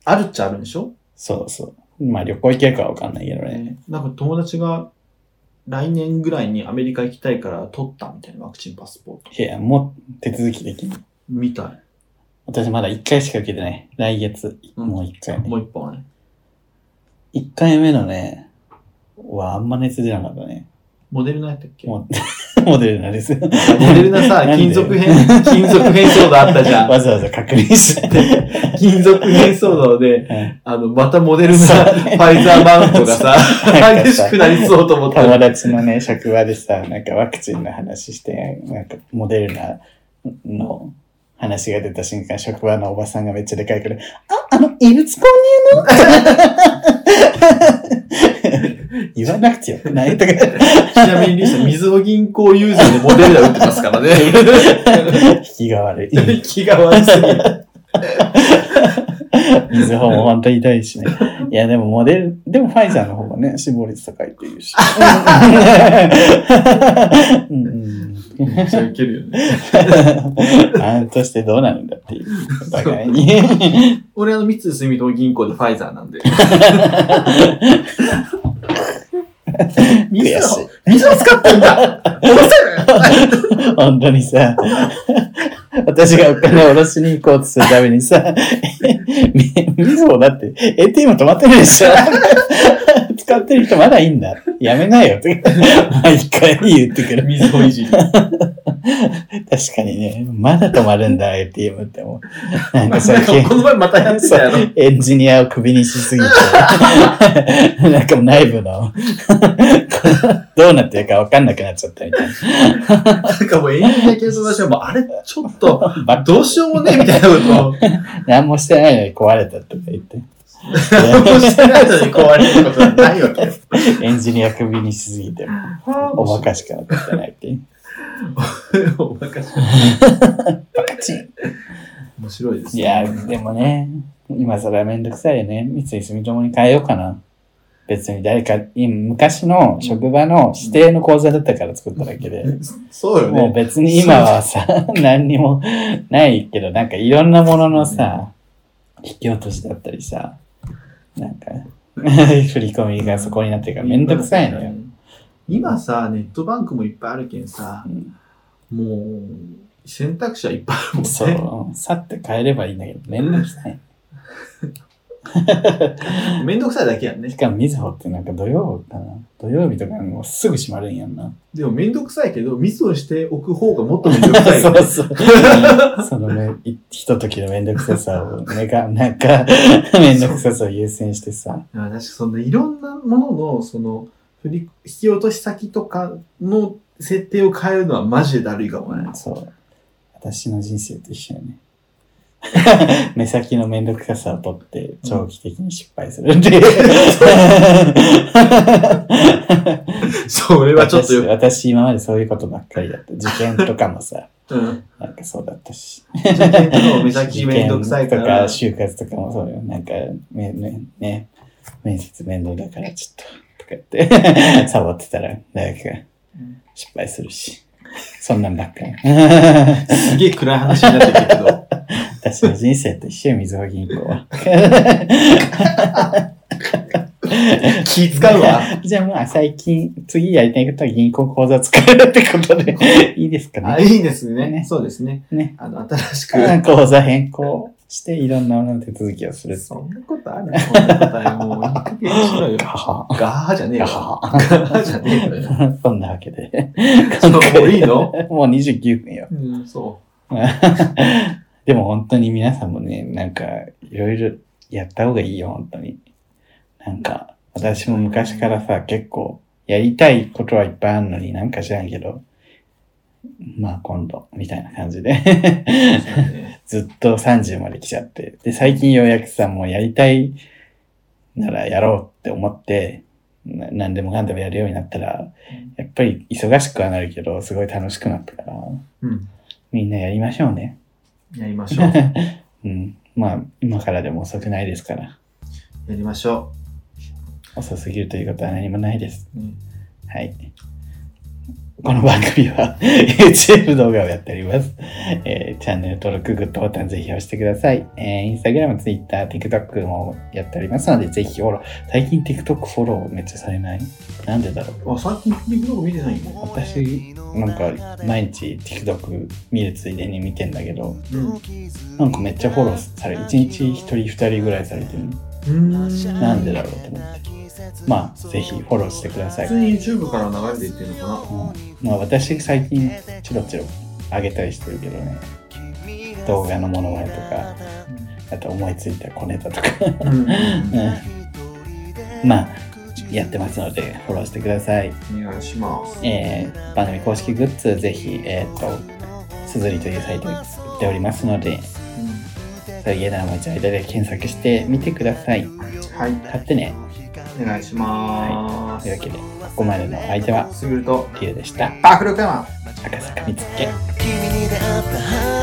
[SPEAKER 1] あるっちゃあるんでしょ、
[SPEAKER 2] そうそう。まあ旅行行けるかわかんないけどね。
[SPEAKER 1] ね、なんか友達が来年ぐらいにアメリカ行きたいから取ったみたいなワクチンパスポート。
[SPEAKER 2] いや、もう手続きできない。
[SPEAKER 1] みたい。
[SPEAKER 2] 私まだ1回しか受けてない。来月、
[SPEAKER 1] うん
[SPEAKER 2] もう1回ね。
[SPEAKER 1] もう一本はね。
[SPEAKER 2] 1回目のね、はあんま熱出なかったね。 (laughs)
[SPEAKER 1] モデルナやったっけモ
[SPEAKER 2] もう、モデルナです。モ
[SPEAKER 1] デルナさ、金属変、
[SPEAKER 2] (laughs)
[SPEAKER 1] 金属変相度あったじゃん。
[SPEAKER 2] わざわざ確認して。
[SPEAKER 1] 金属変相度で、
[SPEAKER 2] うん
[SPEAKER 1] あの、またモデルナ、フ
[SPEAKER 2] そう
[SPEAKER 1] ァイザーマウントがさ、
[SPEAKER 2] そう
[SPEAKER 1] 激しくなりそうと思ったら
[SPEAKER 2] (laughs) 友。達のね、職場でさ、なんかワクチンの話して、なんかモデルナの話が出た瞬間、職場のおばさんがめっちゃでかいから、あ、あの、異物購入の言わなくてよくないとか。
[SPEAKER 1] ちなみに、リーさん、みずほ銀行ユーザーでモデルナ打ってますから
[SPEAKER 2] (laughs)
[SPEAKER 1] ね。
[SPEAKER 2] 引きが悪い。
[SPEAKER 1] 気が悪すぎる。
[SPEAKER 2] 水方も本当に痛いしね。いや、でもモデル、でもファイザーの方がね、死亡率高いっていうし。うんうん
[SPEAKER 1] めっちゃウケるよね。
[SPEAKER 2] (laughs) 案としてどうなるんだっていう。お互
[SPEAKER 1] (laughs)
[SPEAKER 2] いに。
[SPEAKER 1] 俺、あの、三井住友銀行でファイザーなんで。
[SPEAKER 2] 悔しい。
[SPEAKER 1] 水を使ってんだ
[SPEAKER 2] 本当にさ、私がお金を下ろしに行こうとするためにさ、み、みずほだって、ATM 止まってるでしょ使ってる人まだいいんだ。やめなよ。とか毎回言ってくる。
[SPEAKER 1] 水をいじり。
[SPEAKER 2] 確かにね、まだ止まるんだ、ATM って思う。なんか最近、
[SPEAKER 1] この前またやってたやろ。
[SPEAKER 2] エンジニアをクビに
[SPEAKER 1] (laughs)
[SPEAKER 2] しすぎて、なんか内部の、 (laughs) どうなってるかわかんなくなっちゃったみたい
[SPEAKER 1] なんかもう永遠に警察出してもうあれ、ちょっと、
[SPEAKER 2] な。ば
[SPEAKER 1] どうしようもね、みたいな
[SPEAKER 2] (laughs)
[SPEAKER 1] ことを。
[SPEAKER 2] 何もしてないのに壊れたとか言って。
[SPEAKER 1] どうしてないのに壊れることはないわけ。
[SPEAKER 2] エンジニアクビにしすぎて、お
[SPEAKER 1] お
[SPEAKER 2] ばかしくなってきてないっていう。
[SPEAKER 1] (laughs) おまかし。
[SPEAKER 2] バカチン
[SPEAKER 1] 面白いです
[SPEAKER 2] い
[SPEAKER 1] ね。
[SPEAKER 2] やー、でもね、今更めんどくさいよね。三井住友に変えようかな。別に誰か、今昔の職場の指定の口座だったから作っただけで。
[SPEAKER 1] そうよ
[SPEAKER 2] もう
[SPEAKER 1] ね。
[SPEAKER 2] 別に今はさ、 (laughs) 何にもないけど、なんかいろんなもののさ、引き落としだったりさ、なんか、 (laughs) 振り込みがそこになってるからめんどくさいのよ。
[SPEAKER 1] 今さ、ネットバンクもいっぱいあるけんさ
[SPEAKER 2] う、ん
[SPEAKER 1] もう、選択肢はいっぱいあるもんね。
[SPEAKER 2] そう、去って帰ればいいんだけど、めんどくさい。
[SPEAKER 1] めんどくさいだけやんね
[SPEAKER 2] し。かも、みずほってなんか土曜かな土曜日とかにもうすぐ閉まるんやんな。
[SPEAKER 1] でもめんどくさいけど、ミスをしておく方がもっとめんどくさいよ
[SPEAKER 2] (laughs) そ
[SPEAKER 1] ね。
[SPEAKER 2] うそう。そのめ、いひとときのめんどくささを、ねが、なんか、 (laughs) めんどくささを優先してさ。
[SPEAKER 1] いや確かにそのいろんなものの、その、振り、引き落とし先とかの設定を変えるのはマジでだるいかも
[SPEAKER 2] (laughs)
[SPEAKER 1] ね。
[SPEAKER 2] そう。私の人生と一緒やね。 (laughs) 目先のめんどくささを取って長期的に失敗するっていう。
[SPEAKER 1] それはちょっとよ
[SPEAKER 2] (laughs) 私
[SPEAKER 1] く。
[SPEAKER 2] 私今までそういうことばっかりだった。受験とかもさ、 (laughs)
[SPEAKER 1] うん。
[SPEAKER 2] なんかそうだったし。
[SPEAKER 1] 受験とかも目先めんどくさいか
[SPEAKER 2] 受験と
[SPEAKER 1] ら
[SPEAKER 2] か、就活とかもそうよ。なんか、めねね、面接面倒だからちょっと、とか言って、 (laughs) サボってたら大学が失敗するし。そんなんばっかり。
[SPEAKER 1] すげえ暗い話になってくるけど。
[SPEAKER 2] 私の人生と一緒よ、みずほ銀行は。
[SPEAKER 1] (laughs) 気使うわ。
[SPEAKER 2] (laughs) じゃあまあ最近、次やりたいことは銀行口座使えるってことで、
[SPEAKER 1] (laughs)
[SPEAKER 2] いいですか
[SPEAKER 1] あ、
[SPEAKER 2] ね。
[SPEAKER 1] いいですね。
[SPEAKER 2] ね
[SPEAKER 1] そうですね。
[SPEAKER 2] ね。
[SPEAKER 1] あの、新しく。
[SPEAKER 2] 口座変更して、いろんなものの手続きをする。
[SPEAKER 1] そんなことあるこんな答えもういい加減にしろよ。
[SPEAKER 2] ガハ
[SPEAKER 1] (laughs) ガーじゃねえ
[SPEAKER 2] ガ
[SPEAKER 1] よ。
[SPEAKER 2] ハ
[SPEAKER 1] ガーじゃねえよ。
[SPEAKER 2] (laughs) そんなわけで。
[SPEAKER 1] そうもういい (laughs) の
[SPEAKER 2] もう29分よ。
[SPEAKER 1] うん、そ
[SPEAKER 2] (laughs) でも本当に皆さんもね、なんか、いろいろやった方がいいよ、本当に。なんか、私も昔からさ、結構、やりたいことはいっぱいあるのになんか知らんけど、まあ今度、みたいな感じで。 (laughs)
[SPEAKER 1] う。そうね
[SPEAKER 2] ずっと30まで来ちゃって。で、最近ようやくさ、もうやりたいならやろうって思って、な何でもかんでもやるようになったら、やっぱり忙しくはなるけど、すごい楽しくなったから、
[SPEAKER 1] うん。
[SPEAKER 2] みんなやりましょうね。
[SPEAKER 1] やりま (laughs) しょう。や
[SPEAKER 2] うん。まあ、今からでも遅くないですから。
[SPEAKER 1] りましょ
[SPEAKER 2] 遅すぎるということは何もないです。
[SPEAKER 1] う。ね
[SPEAKER 2] はい。この番組は (laughs) YouTube 動画をやっております。えーチャンネル登録、グッドボタンぜひ押してください。えー、Instagram、Twitter、TikTok もやっておりますので、ぜひフォロー。最近 TikTok フォローめっちゃされないなんでだろう。
[SPEAKER 1] あ、最近 TikTok 見てないよ。
[SPEAKER 2] 私、なんか毎日 TikTok 見るついでに見てんだけど、
[SPEAKER 1] うん。う
[SPEAKER 2] なんかめっちゃフォローされる。1日1人2人ぐらいされてるの。
[SPEAKER 1] ーん。
[SPEAKER 2] なんでだろうと思って。まあ、ぜひフォローしてください
[SPEAKER 1] 普。通に YouTube から流れていってるのか
[SPEAKER 2] まあ私最近チロチロ上げたりしてるけどね動画のモノマネとかあと思いついた小ネタとか、
[SPEAKER 1] な。うん。
[SPEAKER 2] うん、まあやってますのでフォローしてください、
[SPEAKER 1] お願いします。
[SPEAKER 2] えー番組公式グッズぜひえっ、とすずりというサイトに売っておりますので
[SPEAKER 1] うん
[SPEAKER 2] それ家ならもう一度間で検索してみてください
[SPEAKER 1] はい。
[SPEAKER 2] 買ってね
[SPEAKER 1] お願いしま
[SPEAKER 2] というわ
[SPEAKER 1] す。
[SPEAKER 2] けでここまでのお相手は
[SPEAKER 1] すぐると、
[SPEAKER 2] リュウでした
[SPEAKER 1] 爆力山
[SPEAKER 2] 赤坂見つけ
[SPEAKER 3] 君に出会った